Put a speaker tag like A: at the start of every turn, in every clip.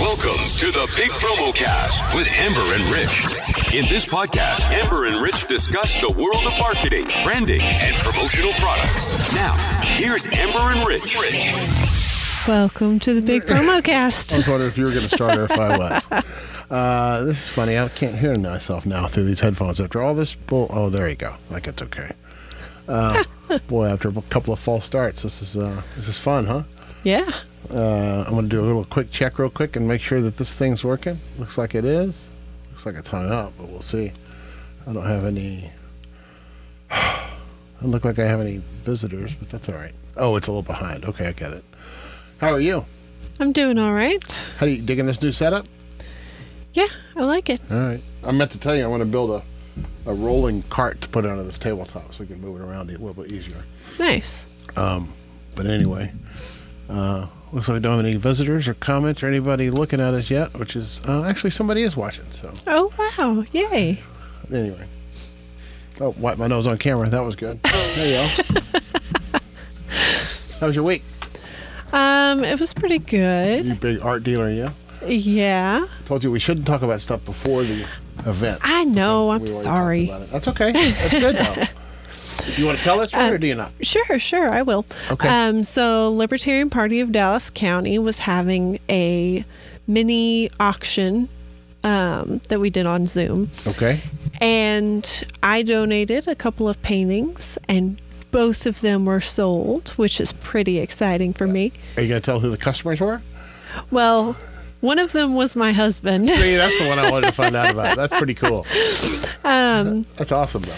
A: Welcome to the Big Promo Cast with Amber and Rich. In this podcast, Amber and Rich discuss the world of marketing, branding, and promotional products. Now, here's Amber and Rich.
B: Welcome to the Big Promo
C: I
B: Cast.
C: was wondering if you were going to start or if I was. Uh, this is funny. I can't hear myself now through these headphones after all this bull. Oh, there you go. Like it's okay. Uh, boy, after a couple of false starts, this is uh, this is fun, huh?
B: Yeah.
C: Uh, I'm going to do a little quick check real quick and make sure that this thing's working. Looks like it is. Looks like it's hung up, but we'll see. I don't have any. I don't look like I have any visitors, but that's all right. Oh, it's a little behind. Okay, I get it. How are you?
B: I'm doing all right.
C: How do you digging this new setup?
B: Yeah, I like it.
C: All right. I meant to tell you, I want to build a, a rolling cart to put onto this tabletop so we can move it around a little bit easier.
B: Nice.
C: But anyway, uh, looks like we don't have any visitors or comments or anybody looking at us yet, which is uh, actually somebody is watching. So
B: Oh, wow. Yay.
C: anyway, oh, wipe my nose on camera. That was good. There you go. How was your week?
B: Um, it was pretty good.
C: You big art dealer, yeah.
B: Yeah.
C: Told you we shouldn't talk about stuff before the event.
B: I know. I'm
C: We already talked
B: sorry.
C: about it. That's okay. That's good though. do you want to tell us,
B: Uh,
C: Ron, or do you not?
B: Sure, sure, I will.
C: Okay.
B: Um, so Libertarian Party of Dallas County was having a mini auction um, that we did on Zoom.
C: Okay.
B: and I donated a couple of paintings, and both of them were sold, which is pretty exciting for me.
C: Are you going to tell who the customers were?
B: Well, one of them was my husband.
C: See, that's the one I wanted to find out about. That's pretty cool. Um, that's awesome, though.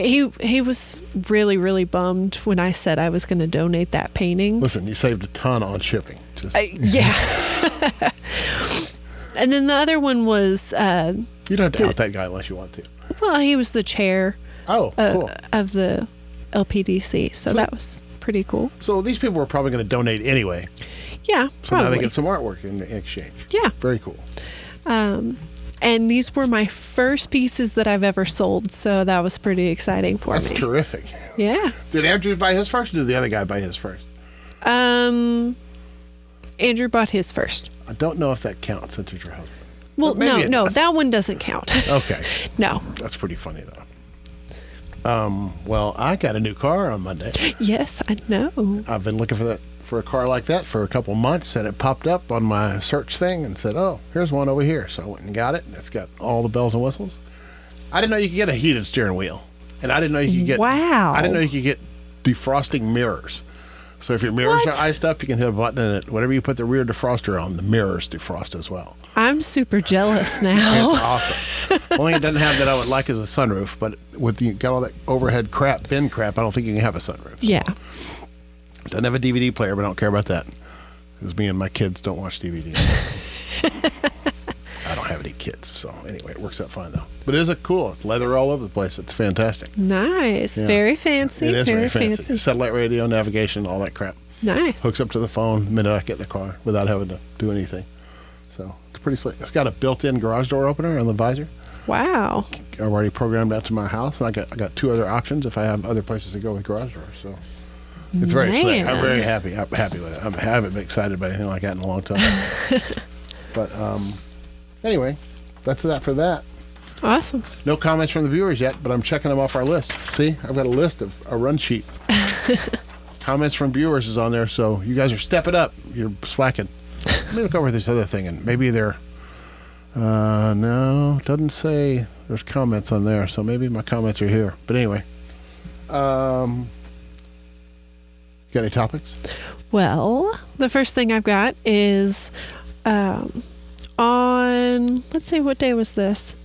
B: he he was really really bummed when I said I was going to donate that painting. Uh,
C: Listen, you saved a ton on shipping. Just,
B: yeah. and then the other one was uh,
C: you don't have to out that guy unless you want to.
B: well, he was the chair
C: Oh,
B: uh,
C: cool.
B: of the LPDC, so
C: Sweet.
B: that was pretty cool.
C: So these people were probably going to donate anyway.
B: Yeah,
C: So now
B: probably.
C: they get some artwork in in exchange.
B: yeah.
C: Very cool.
B: Um, and these were my first pieces that I've ever sold, so that was pretty exciting for
C: That's
B: me.
C: terrific.
B: Yeah.
C: Did Andrew buy his first or did the other guy buy his first?
B: Um, Andrew bought his first.
C: I don't know if that counts since it's your husband.
B: Well,
C: But maybe
B: no,
C: it
B: no,
C: does.
B: that one doesn't count.
C: Okay.
B: no.
C: That's pretty funny, though. Um, well, I got a new car on Monday.
B: Yes, I know.
C: I've been looking for that for a car like that for a couple months, and it popped up on my search thing and said, "Oh, here's one over here." So I went and got it, and it's got all the bells and whistles. I didn't know you could get a heated steering wheel, and I didn't know you could get
B: Wow.
C: I didn't know you could get defrosting mirrors. So if your mirrors
B: What?
C: are iced up, you can hit a button, and it, whatever you put the rear defroster on, the mirrors defrost as well.
B: I'm super jealous
C: It's
B: now.
C: awesome. Only it doesn't have that I would like is a sunroof, but with you got all that overhead crap, bin crap, I don't think you can have a sunroof.
B: Yeah.
C: Doesn't have a DVD player, but I don't care about that. Because me and my kids don't watch DVD. I don't have any kids, so anyway, it works out fine though. But it is a cool. It's leather all over the place. It's fantastic.
B: Nice.
C: Yeah.
B: Very fancy.
C: it is
B: very
C: very fancy. Satellite radio, navigation, all that crap.
B: Nice.
C: Hooks up to the phone the minute I get in the car without having to do anything. So it's pretty slick. It's got a built-in garage door opener on the visor.
B: Wow.
C: I've already programmed that to my house, and I got I got two other options if I have other places to go with garage doors. So it's very slick. I'm
B: Man.
C: very happy. I'm happy with it. I'm, I haven't been excited about anything like that in a long time. but um, anyway, that's that for that.
B: Awesome.
C: No comments from the viewers yet, but I'm checking them off our list. See, I've got a list of a run sheet. comments from viewers is on there, so you guys are stepping up. You're slacking. Let me look over this other thing, and maybe they're. Uh, no, doesn't say there's comments on there, so maybe my comments are here. But anyway, um, got any topics?
B: Well, the first thing I've got is um, on, let's see, what day was this?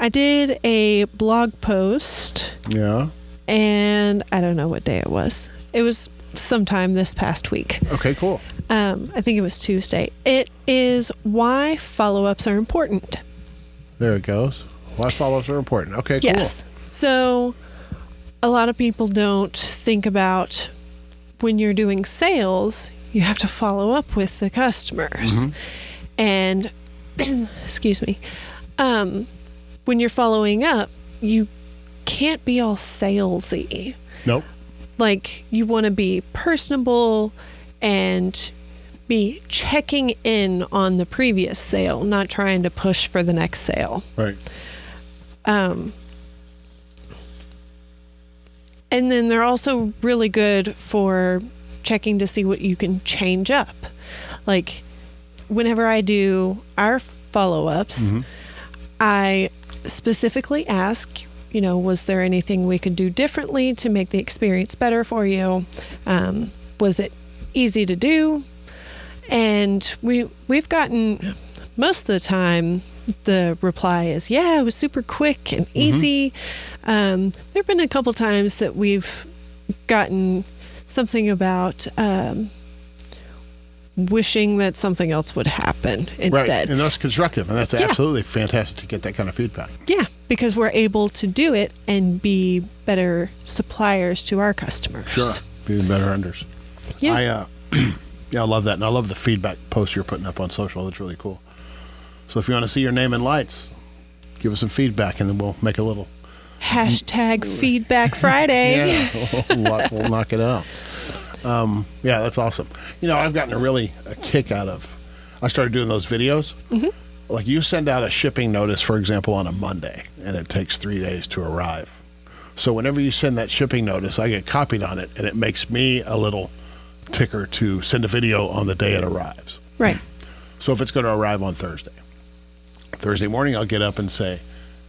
B: I did a blog post,
C: Yeah.
B: and I don't know what day it was. It was sometime this past week.
C: Okay. Cool.
B: Um, I think it was Tuesday. It is why follow ups are important.
C: There it goes. Why follows are important. Okay. Cool.
B: Yes. So a lot of people don't think about when you're doing sales, you have to follow up with the customers. And excuse me. Um, when you're following up, you can't be all salesy.
C: Nope.
B: Like you want to be personable and be checking in on the previous sale, not trying to push for the next sale.
C: Right.
B: Um, And then they're also really good for checking to see what you can change up. Like whenever I do our follow ups, I specifically ask, you know, was there anything we could do differently to make the experience better for you? Um, was it easy to do? And we we've gotten most of the time the reply is yeah, it was super quick and easy. Um, there have been a couple times that we've gotten something about um, wishing that something else would happen instead.
C: Right. And that's constructive. And that's
B: Yeah.
C: absolutely fantastic to get that kind of feedback.
B: Yeah, because we're able to do it and be better suppliers to our customers.
C: Being better unders.
B: Yeah.
C: I, uh, yeah, I love that. And I love the feedback posts you're putting up on social. That's really cool. So if you want to see your name in lights, give us some feedback and then we'll make a little.
B: Hashtag Feedback Friday.
C: Yeah, we'll, knock- we'll knock it out. Um, yeah, that's awesome. You know, I've gotten a really a kick out of. I started doing those videos. Like you send out a shipping notice, for example, on a Monday, and it takes three days to arrive. So whenever you send that shipping notice, I get copied on it, and it makes me a little ticker to send a video on the day it arrives.
B: Right.
C: So if it's going to arrive on Thursday, Thursday morning, I'll get up and say,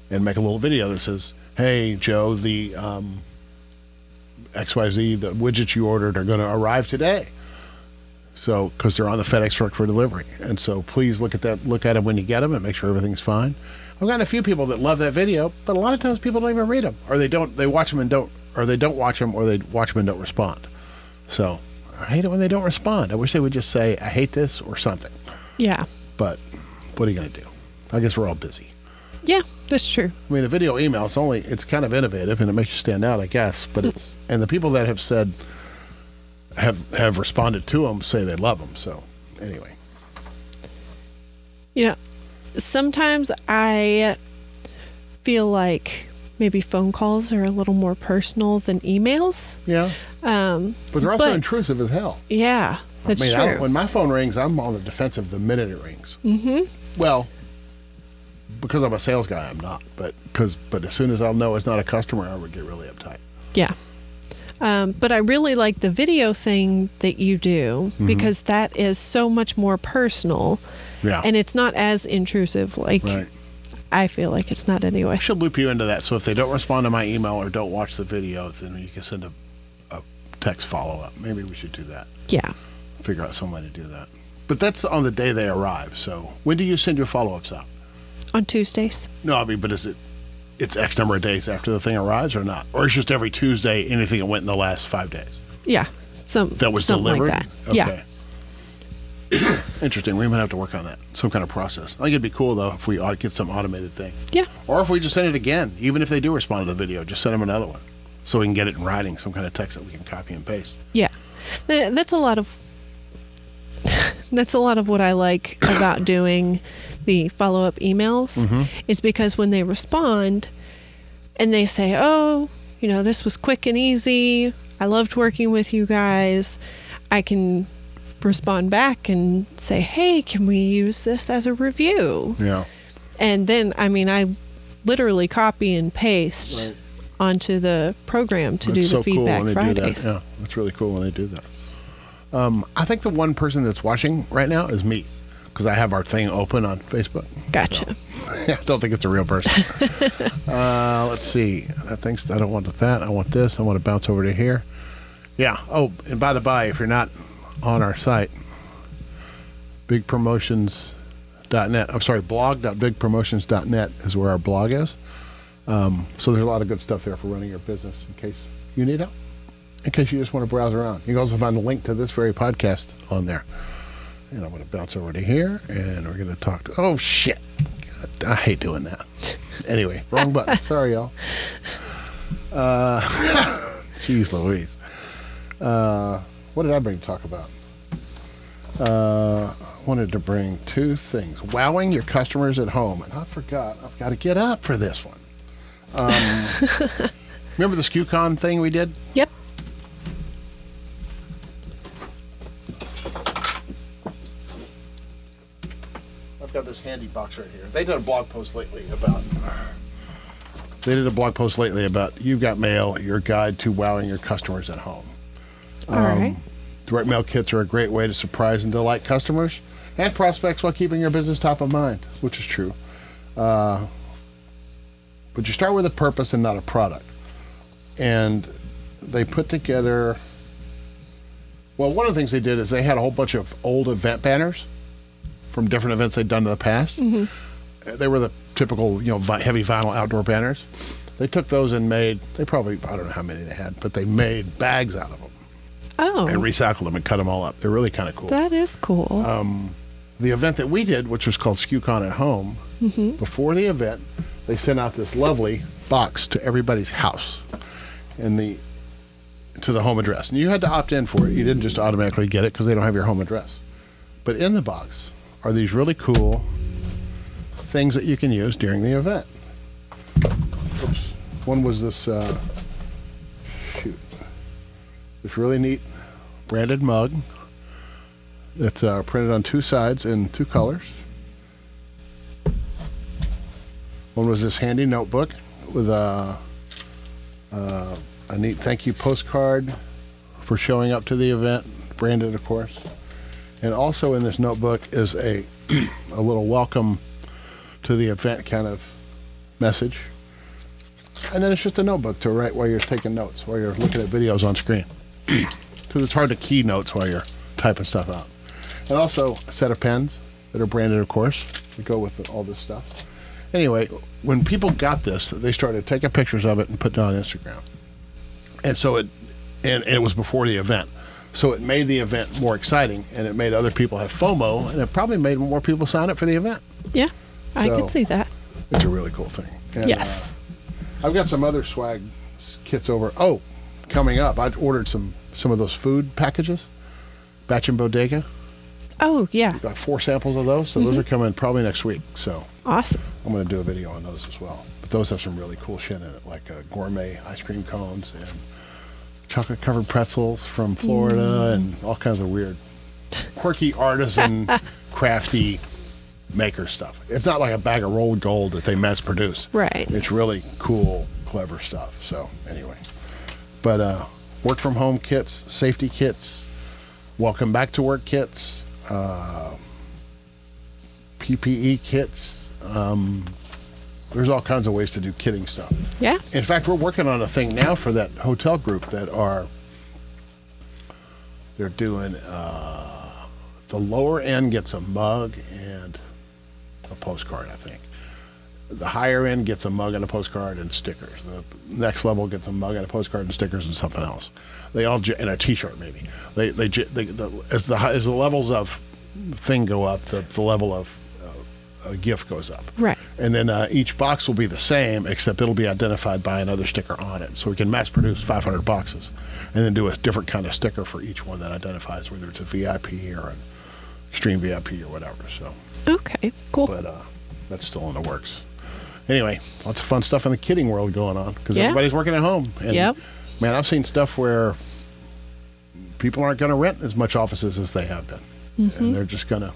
C: and make a little video that says, "Hey Joe, the um, XYZ, the widgets you ordered are going to arrive today." So because they're on the FedEx truck for delivery, and so please look at that, look at them when you get them, and make sure everything's fine. I've gotten a few people that love that video, but a lot of times people don't even read them, or they don't, they watch them and don't, or they don't watch them, or they watch them and don't respond. So I hate it when they don't respond. I wish they would just say, "I hate this" or something.
B: Yeah.
C: But what are you going to do? I guess we're all busy.
B: Yeah, that's true.
C: I mean, a video email is only, it's kind of innovative and it makes you stand out, I guess. But it's, and the people that have said, have, have responded to them say they love them. So anyway,
B: You know, sometimes I feel like maybe phone calls are a little more personal than emails.
C: yeah.
B: Um,
C: But they're also
B: But-
C: intrusive as hell.
B: yeah, that's
C: I mean, I,
B: true.
C: when my phone rings, I'm on the defensive the minute it rings. Mm-hmm. Well, because I'm a sales guy, I'm not. But, cause, but as soon as I'll know it's not a customer, I would get really uptight.
B: Yeah. Um, but I really like the video thing that you do
C: Mm-hmm.
B: because that is so much more personal.
C: Yeah.
B: And it's not as intrusive. Like,
C: Right.
B: I feel like it's not anyway.
C: She'll loop you into that. So if they don't respond to my email or don't watch the video, then you can send a, a text follow up. Maybe we should do that.
B: Yeah.
C: Figure out some way to do that. But that's on the day they arrive. So when do you send your follow ups out?
B: On Tuesdays.
C: No, I mean, but is it it's X number of days after the thing arrives or not? Or it's just every Tuesday anything that went in the last five days
B: Yeah. Some,
C: that was
B: something
C: delivered?
B: like that. Yeah.
C: Interesting. We might have to work on that. Some kind of process. I think it'd be cool though if we ought get some automated thing.
B: Yeah.
C: Or if we just send it again, even if they do respond to the video, just send them another one so we can get it in writing, some kind of text that we can copy and paste.
B: Yeah. Th- That's a lot of. That's a lot of what I like about doing the follow up emails
C: Mm-hmm.
B: is because when they respond and they say, Oh, you know, this was quick and easy. I loved working with you guys. I can respond back and say, Hey, can we use this as a review?
C: Yeah.
B: And then, I mean, I literally copy and paste
C: Right.
B: onto the program to do the feedback Fridays.
C: do that. Yeah, that's really cool when they do that. Um, I think the one person that's watching right now is me because I have our thing open on Facebook.
B: Gotcha.
C: I don't think it's a real person. uh, let's see. That thing's. I don't want that. I want this. I want to bounce over to here. Yeah. Oh, and by the by, if you're not on our site, bigpromotions.net. I'm sorry, blog.bigpromotions.net is where our blog is. Um, so there's a lot of good stuff there for running your business in case you need help, in case you just want to browse around. You can also find a link to this very podcast on there. And I'm going to bounce over to here, and we're going to talk to. Oh shit! God, I hate doing that. Anyway, wrong button. Sorry, y'all. Uh, jeez, Louise. Uh, what did I bring to talk about? Uh, I wanted to bring two things: wowing your customers at home, and I forgot. I've got to get up for this one. Um, remember the SKUCon thing we did?
B: Yep.
C: I've got this handy box right here. They did a blog post lately about. They did a blog post lately about you've got mail, your guide to wowing your customers at home. Um,
B: All right.
C: Direct mail kits are a great way to surprise and delight customers and prospects while keeping your business top of mind, which is true. Uh, but you start with a purpose and not a product. And they put together, well, one of the things they did is they had a whole bunch of old event banners from different events they'd done in the past. Uh, They were the typical, you know, vi- heavy vinyl outdoor banners. They took those and made, they probably, I don't know how many they had, but they made bags out of them and
B: Oh,
C: recycled them and cut them all up. They're really kind of cool.
B: that is cool.
C: Um, the event that we did, which was called SKUCon at Home, before the event, they sent out this lovely box to everybody's house, and the to the home address. And you had to opt in for it. You didn't just automatically get it because they don't have your home address. But in the box are these really cool things that you can use during the event. Oops. One was this. Uh, shoot. This really neat branded mug that's uh, printed on two sides in two colors. One was this handy notebook with a, uh, a neat thank you postcard for showing up to the event, branded, of course. And also in this notebook is a, a little welcome to the event kind of message. And then it's just a notebook to write while you're taking notes, while you're looking at videos on screen. Because it's hard to key notes while you're typing stuff out. And also a set of pens that are branded, of course, that go with all this stuff. Anyway, when people got this, they started taking pictures of it and putting it on Instagram. And so it, and, and it was before the event. So it made the event more exciting and it made other people have FOMO and it probably made more people sign up for the event.
B: yeah, I
C: so-
B: could see that.
C: It's a really cool thing. And, uh,
B: Yes.
C: I've got some other swag s- kits over. Oh, coming up, I ordered some some of those food packages, Batch and Bodega.
B: Oh, yeah.
C: Got four samples of those, so those are coming probably next week. So
B: Awesome.
C: I'm going to do a video on those as well. But those have some really cool shit in it, like uh, gourmet ice cream cones and chocolate covered pretzels from Florida, and all kinds of weird, quirky artisan, crafty maker stuff. It's not like a bag of rolled gold that they mass produce.
B: Right.
C: It's really cool, clever stuff. So anyway, but uh, work from home kits, safety kits, welcome back to work kits, uh, PPE E kits. Um, there's all kinds of ways to do kitting stuff.
B: Yeah.
C: In fact, we're working on a thing now for that hotel group that are they're doing uh, the lower end gets a mug and a postcard, I think. The higher end gets a mug and a postcard and stickers. The next level gets a mug and a postcard and stickers and something else. They all j- and a T-shirt maybe. They they, j- they the, as the hi- as the levels of thing go up, the, the level of uh, a gift goes up.
B: Right.
C: And then uh, each box will be the same, except it'll be identified by another sticker on it. So we can mass produce 500 boxes, and then do a different kind of sticker for each one that identifies whether it's a VIP or an extreme VIP or whatever. So,
B: Okay. Cool.
C: but uh, that's still in the works. Anyway, lots of fun stuff in the kidding world going on because
B: Yeah.
C: everybody's working at home. And
B: Yep.
C: man, I've seen stuff where people aren't going to rent as much offices as they have been,
B: Mm-hmm.
C: and they're just going to.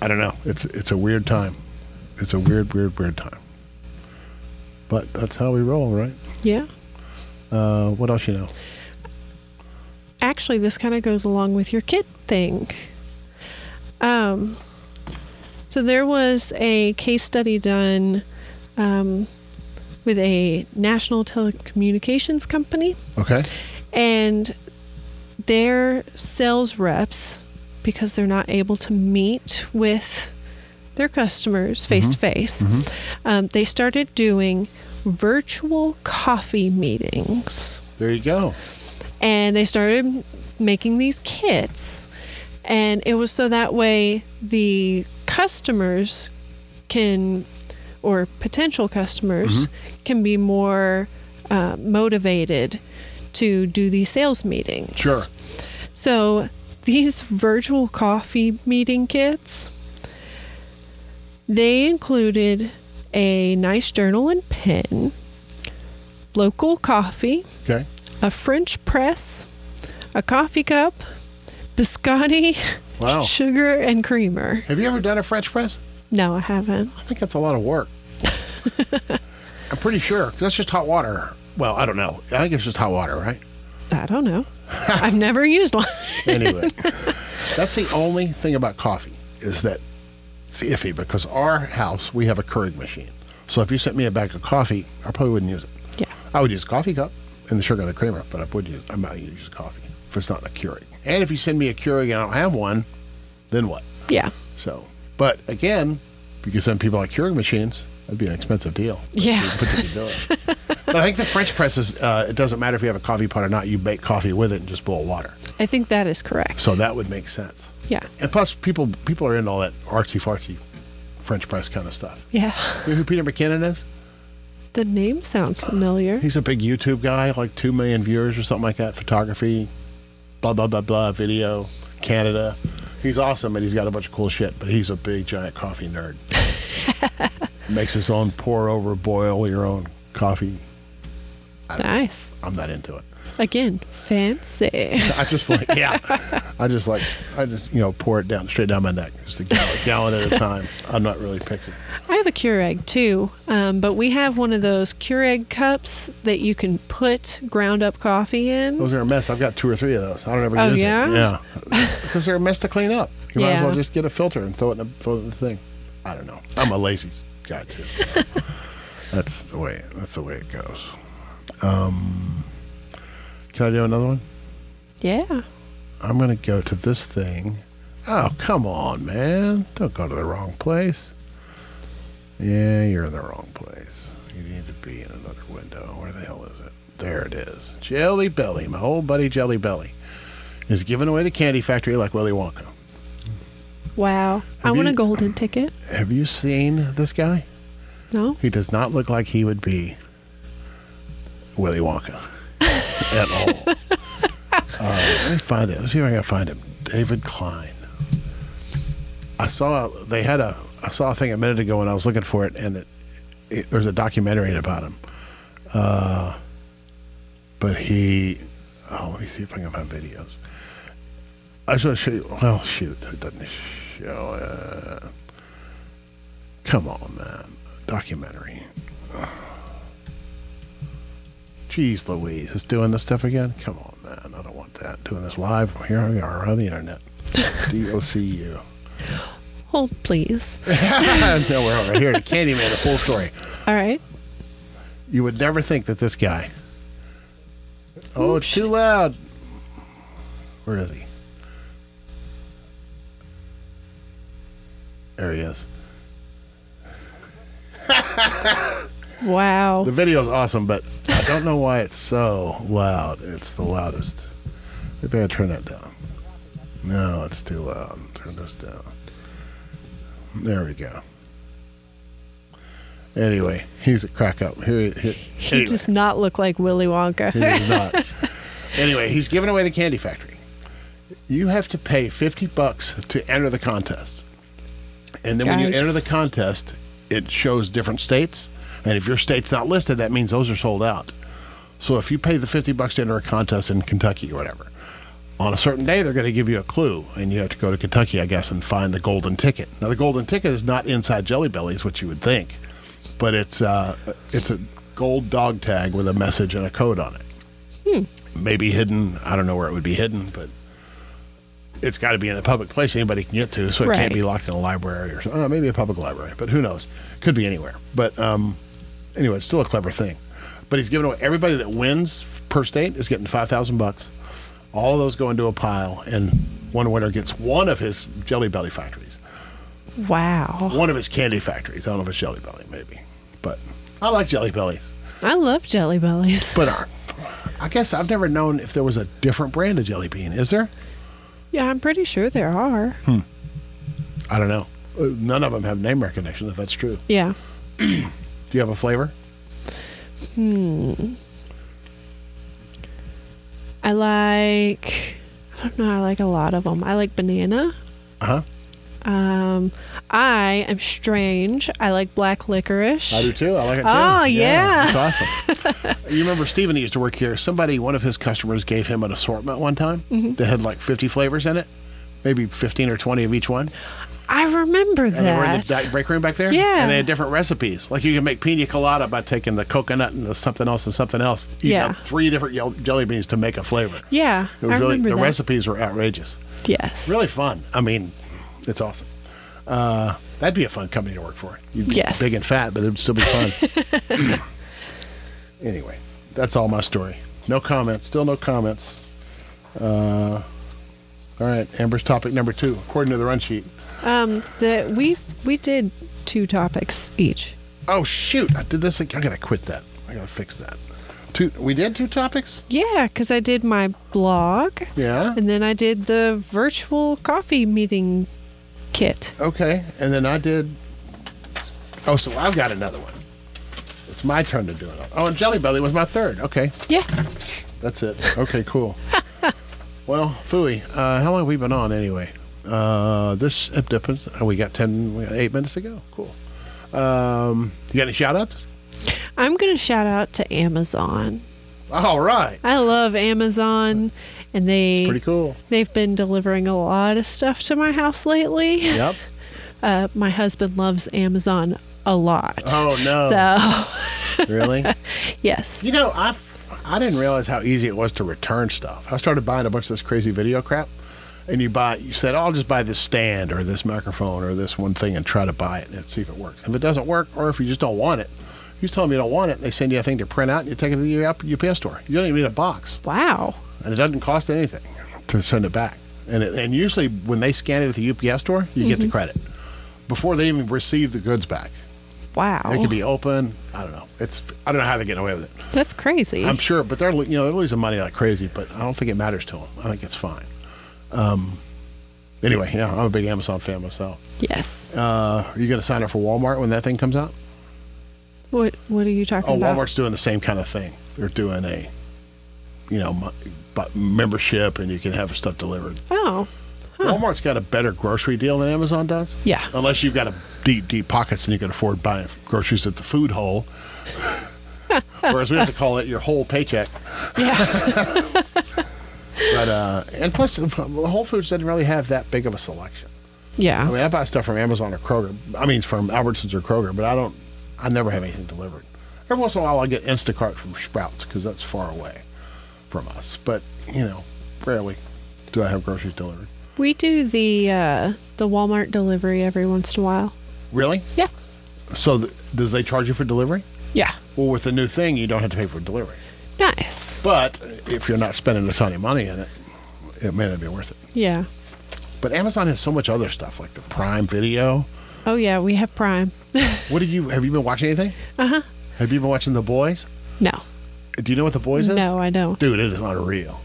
C: I don't know. It's it's a weird time. It's a weird, weird, weird time. But that's how we roll, right?
B: Yeah.
C: Uh, what else you know?
B: actually this kind of goes along with your kid thing um, so there was a case study done um, with a national telecommunications company
C: Okay.
B: and their sales reps because they're not able to meet with their customers face to face um, they started doing virtual coffee meetings
C: There you go.
B: and they started making these kits and it was so that way the customers can or potential customers can be more uh, motivated to do these sales meetings
C: Sure.
B: so these virtual coffee meeting kits they included a nice journal and pen local coffee
C: Okay.
B: a French press, a coffee cup, biscotti,
C: Wow.
B: Sugar and creamer.
C: Have you ever done a French press?
B: No, I haven't.
C: I think that's a lot of work. I'm pretty sure 'cause that's just hot water. Well, I don't know. I think it's just hot water, right?
B: I don't know. I've never used one.
C: Anyway, that's the only thing about coffee is that it's iffy because our house we have a Keurig machine. So if you sent me a bag of coffee, I probably wouldn't use it.
B: Yeah.
C: I would use a coffee cup and the sugar and the creamer, but I would use I'm not gonna use coffee if it's not in a Keurig. And if you send me a Keurig and I don't have one, then what?
B: Yeah.
C: So, but again, if you could send people like Keurig machines, that'd be an expensive deal.
B: Yeah.
C: You put the door. but I think the French press is, uh, it doesn't matter if you have a coffee pot or not, you bake coffee with it and just boil water.
B: I think that is correct.
C: So that would make sense.
B: yeah.
C: And plus, people people are into all that artsy fartsy French press kind of stuff.
B: Yeah.
C: You know who Peter McKinnon is?
B: The name sounds familiar.
C: He's a big YouTube guy, like 2 million viewers or something like that, photography, blah, blah, blah, blah, video, Canada. He's awesome and he's got a bunch of cool shit, but he's a big, giant coffee nerd. Makes his own pour over, boil your own coffee.
B: Nice.
C: I'm not into it.
B: Again, fancy.
C: I just like, yeah. I just like, I just, you know, pour it down, straight down my neck, just a gallon, gallon at a time. I'm not really picky.
B: I have a Keurig too, um, but we have one of those Keurig cups that you can put ground up coffee in.
C: Those are a mess. I've got two or three of those. I don't ever
B: Oh,
C: use
B: yeah?
C: it. Yeah, because they're a mess to clean up. You might as
B: Yeah.
C: well just get a filter and throw it in, a, throw it in the thing. I don't know. I'm a lazy guy too. that's the way. That's the way it goes. Um, can I do another one?
B: Yeah.
C: I'm gonna go to this thing. Oh come on, man! Don't go to the wrong place. Yeah, you're in the wrong place. You need to be in another window. Where the hell is it? There it is. Jelly Belly, my old buddy Jelly Belly, is giving away the candy factory like Willy Wonka.
B: Wow. I
C: Have
B: want a
C: you-
B: golden ticket.
C: Have you seen this guy?
B: No?
C: He does not look like he would be Willy Wonka at all. uh, let me find it. Let's see if I can find him. David Klein. I saw they had a I saw a thing a minute ago when I was looking for it, and it, it, there's a documentary about him. Uh, but he, oh, let me see if I can find videos. I just want to show you. Well, shoot, it doesn't show it. Come on, man. Documentary. Jeez Louise, it's doing this stuff again? Come on, man. I don't want that. Doing this live. Here we are on the internet. D-O-C-U.
B: Hold, please.
C: no, we're over here. Candyman, the full story.
B: All right.
C: You would never think that this guy. Oh, it's too loud. Where is he? There he is.
B: Wow.
C: The video's awesome, but I don't know why it's so loud. It's the loudest. Maybe I turn that down. No, it's too loud. Turn this down. There we go. Anyway, he's a crack up. Here, here,
B: He
C: anyway,
B: does not look like Willy
C: he
B: Wonka.
C: does not. anyway, he's giving away the candy factory. You have to pay fifty bucks to enter the contest, and then when you
B: Yikes.
C: enter the contest, it shows different states. And if your state's not listed, that means those are sold out. So if you pay the 50 bucks to enter a contest in Kentucky or whatever, on a certain day they're going to give you a clue and you have to go to Kentucky, I guess, and find the golden ticket. Now the golden ticket is not inside Jelly Bellies, which you would think, but it's uh, it's a gold dog tag with a message and a code on it. Maybe hidden. I don't know where it would be hidden, but it's got to be in a public place anybody can get to, so it can't
B: Right.
C: be locked in a library or uh, maybe a public library, but who knows? Could be anywhere. But um, anyway, it's still a clever thing. But he's giving away everybody that wins per state is getting five thousand bucks. All of those go into a pile, and one winner gets one of his Jelly Belly factories,
B: Wow.
C: one of his candy factories. I don't know if it's Jelly Belly, maybe, but I like Jelly Bellies.
B: I love Jelly Bellies.
C: But uh, I guess I've never known if there was a different brand of jelly bean. Is there?
B: Yeah, I'm pretty sure there are.
C: Hmm. I don't know. Uh, None of them have name recognition. If that's true, do
B: Yeah.
C: you have a flavor?
B: I like. I don't know. I like a lot of them. I like banana.
C: Uh huh.
B: Um, I am strange. I like black licorice.
C: I do too. I like it too.
B: Oh, yeah.
C: It's awesome. you remember Steven used to work here. Somebody, one of his customers, gave him an assortment one time that had like 50 flavors in it. maybe 15 or 20 of each one.
B: I remember
C: And they were in the
B: that.
C: di- break room back there.
B: Yeah.
C: And they had different recipes. Like you can make pina colada by taking the coconut and the something else and something else. Eat
B: Yeah.
C: up three different yel- jelly beans to make a flavor.
B: yeah,
C: It was
B: I
C: really
B: remember
C: the
B: that.
C: recipes were outrageous.
B: Yes.
C: Really fun. I mean, it's awesome. Uh, that'd be a fun company to work for. You'd be
B: Yes.
C: big and fat, but it'd still be fun. anyway, that's all my story. No comments. Still no comments. Uh, all right, Amber's topic number two, according to the run sheet.
B: Um, the, we we did two topics each.
C: Oh shoot! I did this. ag- I gotta quit that. I gotta fix that. Two. We did two topics.
B: Yeah, because I did my blog,
C: Yeah.
B: and then I did the virtual coffee meeting kit.
C: Okay. And then I did. Oh, so I've got another one. It's my turn to do another. Oh, and Jelly Belly was my third. Okay,
B: Yeah,
C: that's it. Okay, cool. well, Fooey, uh, how long have we been on anyway? Uh, this episode, oh, we got ten, we got eight minutes to go. Cool. Um, you got any shout outs?
B: I'm gonna shout out to Amazon.
C: All right.
B: I love Amazon, and they
C: Pretty cool.
B: they've been delivering a lot of stuff to my house lately.
C: Yep.
B: Uh, my husband loves Amazon a lot.
C: Oh, no.
B: So
C: Really?
B: yes,
C: You know, I I didn't realize how easy it was to return stuff. I started buying a bunch of this crazy video crap, and you buy you said, oh, "I'll just buy this stand or this microphone or this one thing and try to buy it and see if it works. If it doesn't work, or if you just don't want it, you just tell them you don't want it. They send you a thing to print out and you take it to the UP UPS store. You don't even need a box,
B: wow.
C: and it doesn't cost anything to send it back. And it, and usually when they scan it at the UPS store, you get the credit before they even receive the goods back.
B: Wow.
C: It could be open. I don't know. It's I don't know how they're getting away with it.
B: That's crazy.
C: I'm sure, but they're lo- you know they're losing money like crazy. But I don't think it matters to them. I think it's fine. Um, anyway, yeah, I'm a big Amazon fan myself.
B: yes.
C: Uh, are you going to sign up for Walmart when that thing comes out?
B: what What are you talking
C: Oh,
B: about?
C: Walmart's doing the same kind of thing. They're doing a, you know, mo- bu- membership, and you can have stuff delivered.
B: Oh,
C: Walmart's got a better grocery deal than Amazon does.
B: Yeah.
C: Unless you've got a deep, deep pockets and you can afford buying groceries at the food hole. Whereas we have to call it your whole paycheck.
B: yeah.
C: But uh, and plus, Whole Foods doesn't really have that big of a selection.
B: yeah.
C: I mean, I buy stuff from Amazon or Kroger. I mean, from Albertsons or Kroger, but I don't. I never have anything delivered. Every once in a while, I get Instacart from Sprouts because that's far away from us. But you know, rarely do I have groceries delivered.
B: We do the uh, the Walmart delivery every once in a while.
C: Really?
B: Yeah.
C: So, th- does they charge you for delivery?
B: Yeah.
C: Well, with the new thing, you don't have to pay for delivery.
B: Nice.
C: But if you're not spending a ton of money in it, it may not be worth it.
B: Yeah.
C: But Amazon has so much other stuff like the Prime Video.
B: Oh yeah, we have Prime.
C: What do you have? You been watching anything? Uh huh.
B: Uh-huh.
C: Have you been watching The Boys?
B: no.
C: Do you know what The Boys is?
B: No, I don't.
C: Dude, it is unreal.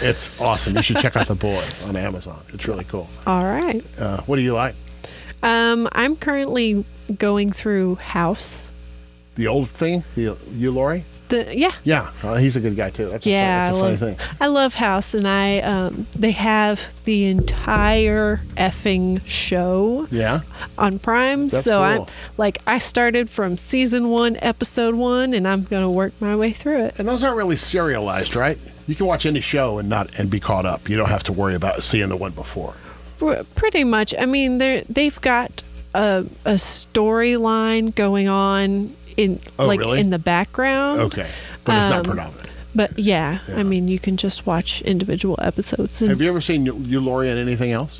C: it's awesome. You should check out The Boys on Amazon. It's really cool.
B: All right.
C: Uh, what do you like?
B: Um, I'm currently going through House.
C: The old thing, the you Laurie?
B: The yeah.
C: Yeah, uh, he's a good guy too. That's
B: Yeah,
C: a
B: I
C: fun,
B: love,
C: that's a funny thing.
B: I love House, and I um, they have the entire effing show
C: Yeah,
B: on Prime.
C: That's
B: so I'm
C: cool.
B: like, I started from season one, episode one, and I'm gonna work my way through it.
C: and those aren't really serialized, right? You can watch any show and not and be caught up. You don't have to worry about seeing the one before.
B: Pr- Pretty much. I mean, they they've got a a storyline going on in
C: Oh,
B: like
C: really?
B: in the background.
C: Okay, but it's
B: Um,
C: not predominant.
B: But yeah,
C: Yeah.
B: I mean, you can just watch individual episodes. And
C: Have you ever seen you, you Laurie in anything else?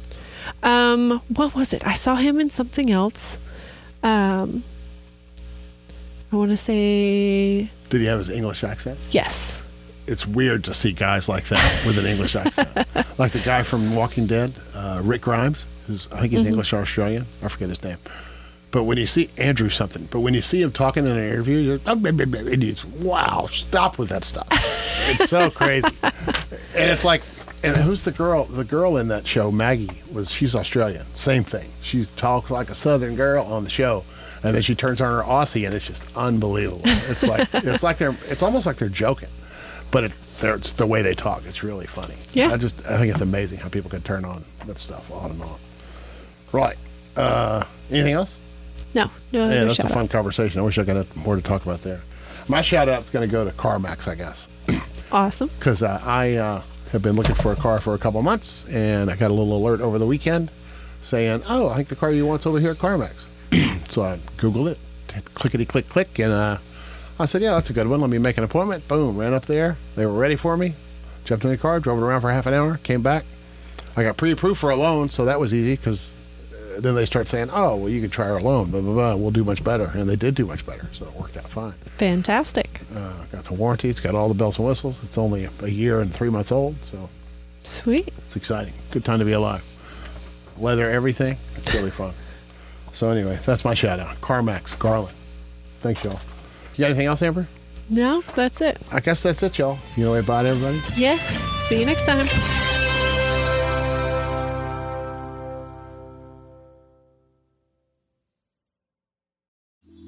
B: um, what was it? I saw him in something else. Um, I want to say
C: Did he have his English accent?
B: yes.
C: it's weird to see guys like that with an English accent, like the guy from Walking Dead, uh, Rick Grimes, who's I think he's English or Australian. I forget his name. But when you see Andrew something, but when you see him talking in an interview, you're like, "Oh, blah, blah, blah," and he's wow, stop with that stuff. it's so crazy, and it's like, and who's the girl? The girl in that show, Maggie, was she's Australian. Same thing. She talks like a Southern girl on the show, and then she turns on her Aussie, and it's just unbelievable. It's like it's like they're it's almost like they're joking but it, they're- it's the way they talk. It's really funny.
B: Yeah.
C: I just I think it's amazing how people can turn on that stuff on and on. Right. Uh, anything else?
B: No, no.
C: Yeah,
B: other
C: that's a fun
B: shout-outs.
C: conversation. I wish I could have more to talk about there. My shout out's going to go to CarMax, I guess,
B: Awesome.
C: because uh, I uh, have been looking for a car for a couple months, and I got a little alert over the weekend saying, "Oh, I think the car you want's over here at CarMax." so I Googled it, clickety click click, and uh, I said, "Yeah, that's a good one. Let me make an appointment." Boom, ran up there. They were ready for me. Jumped in the car, drove it around for half an hour, came back. I got pre-approved for a loan, so that was easy because then they start saying, "Oh, well, you could try our loan, blah blah blah. We'll do much better," and they did do much better, so it worked out fine.
B: Fantastic.
C: Uh, got the warranty. It's got all the bells and whistles. It's only a year and three months old, so
B: Sweet.
C: it's exciting. Good time to be alive. Leather everything. It's really fun. So anyway, that's my shout out. CarMax Garland. Thanks, y'all. You got anything else, Amber?
B: No, that's it.
C: I guess that's it, y'all. You know about everybody.
B: Yes. See you next time.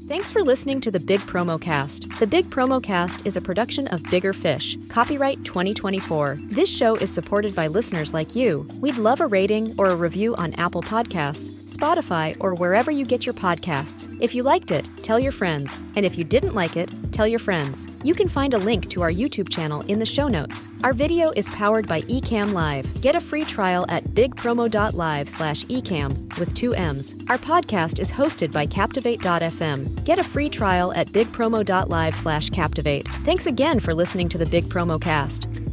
D: Thanks for listening to the Big Promo Cast. The Big Promo Cast is a production of Bigger Fish, copyright 2024. This show is supported by listeners like you. We'd love a rating or a review on Apple Podcasts, Spotify, or wherever you get your podcasts. If you liked it, tell your friends. And if you didn't like it, tell your friends. You can find a link to our YouTube channel in the show notes. Our video is powered by Ecamm Live. Get a free trial at bigpromo.live slash ecam with two M's. Our podcast is hosted by Captivate.fm. Get a free trial at bigpromo.live slash captivate. Thanks again for listening to the Big Promo Cast.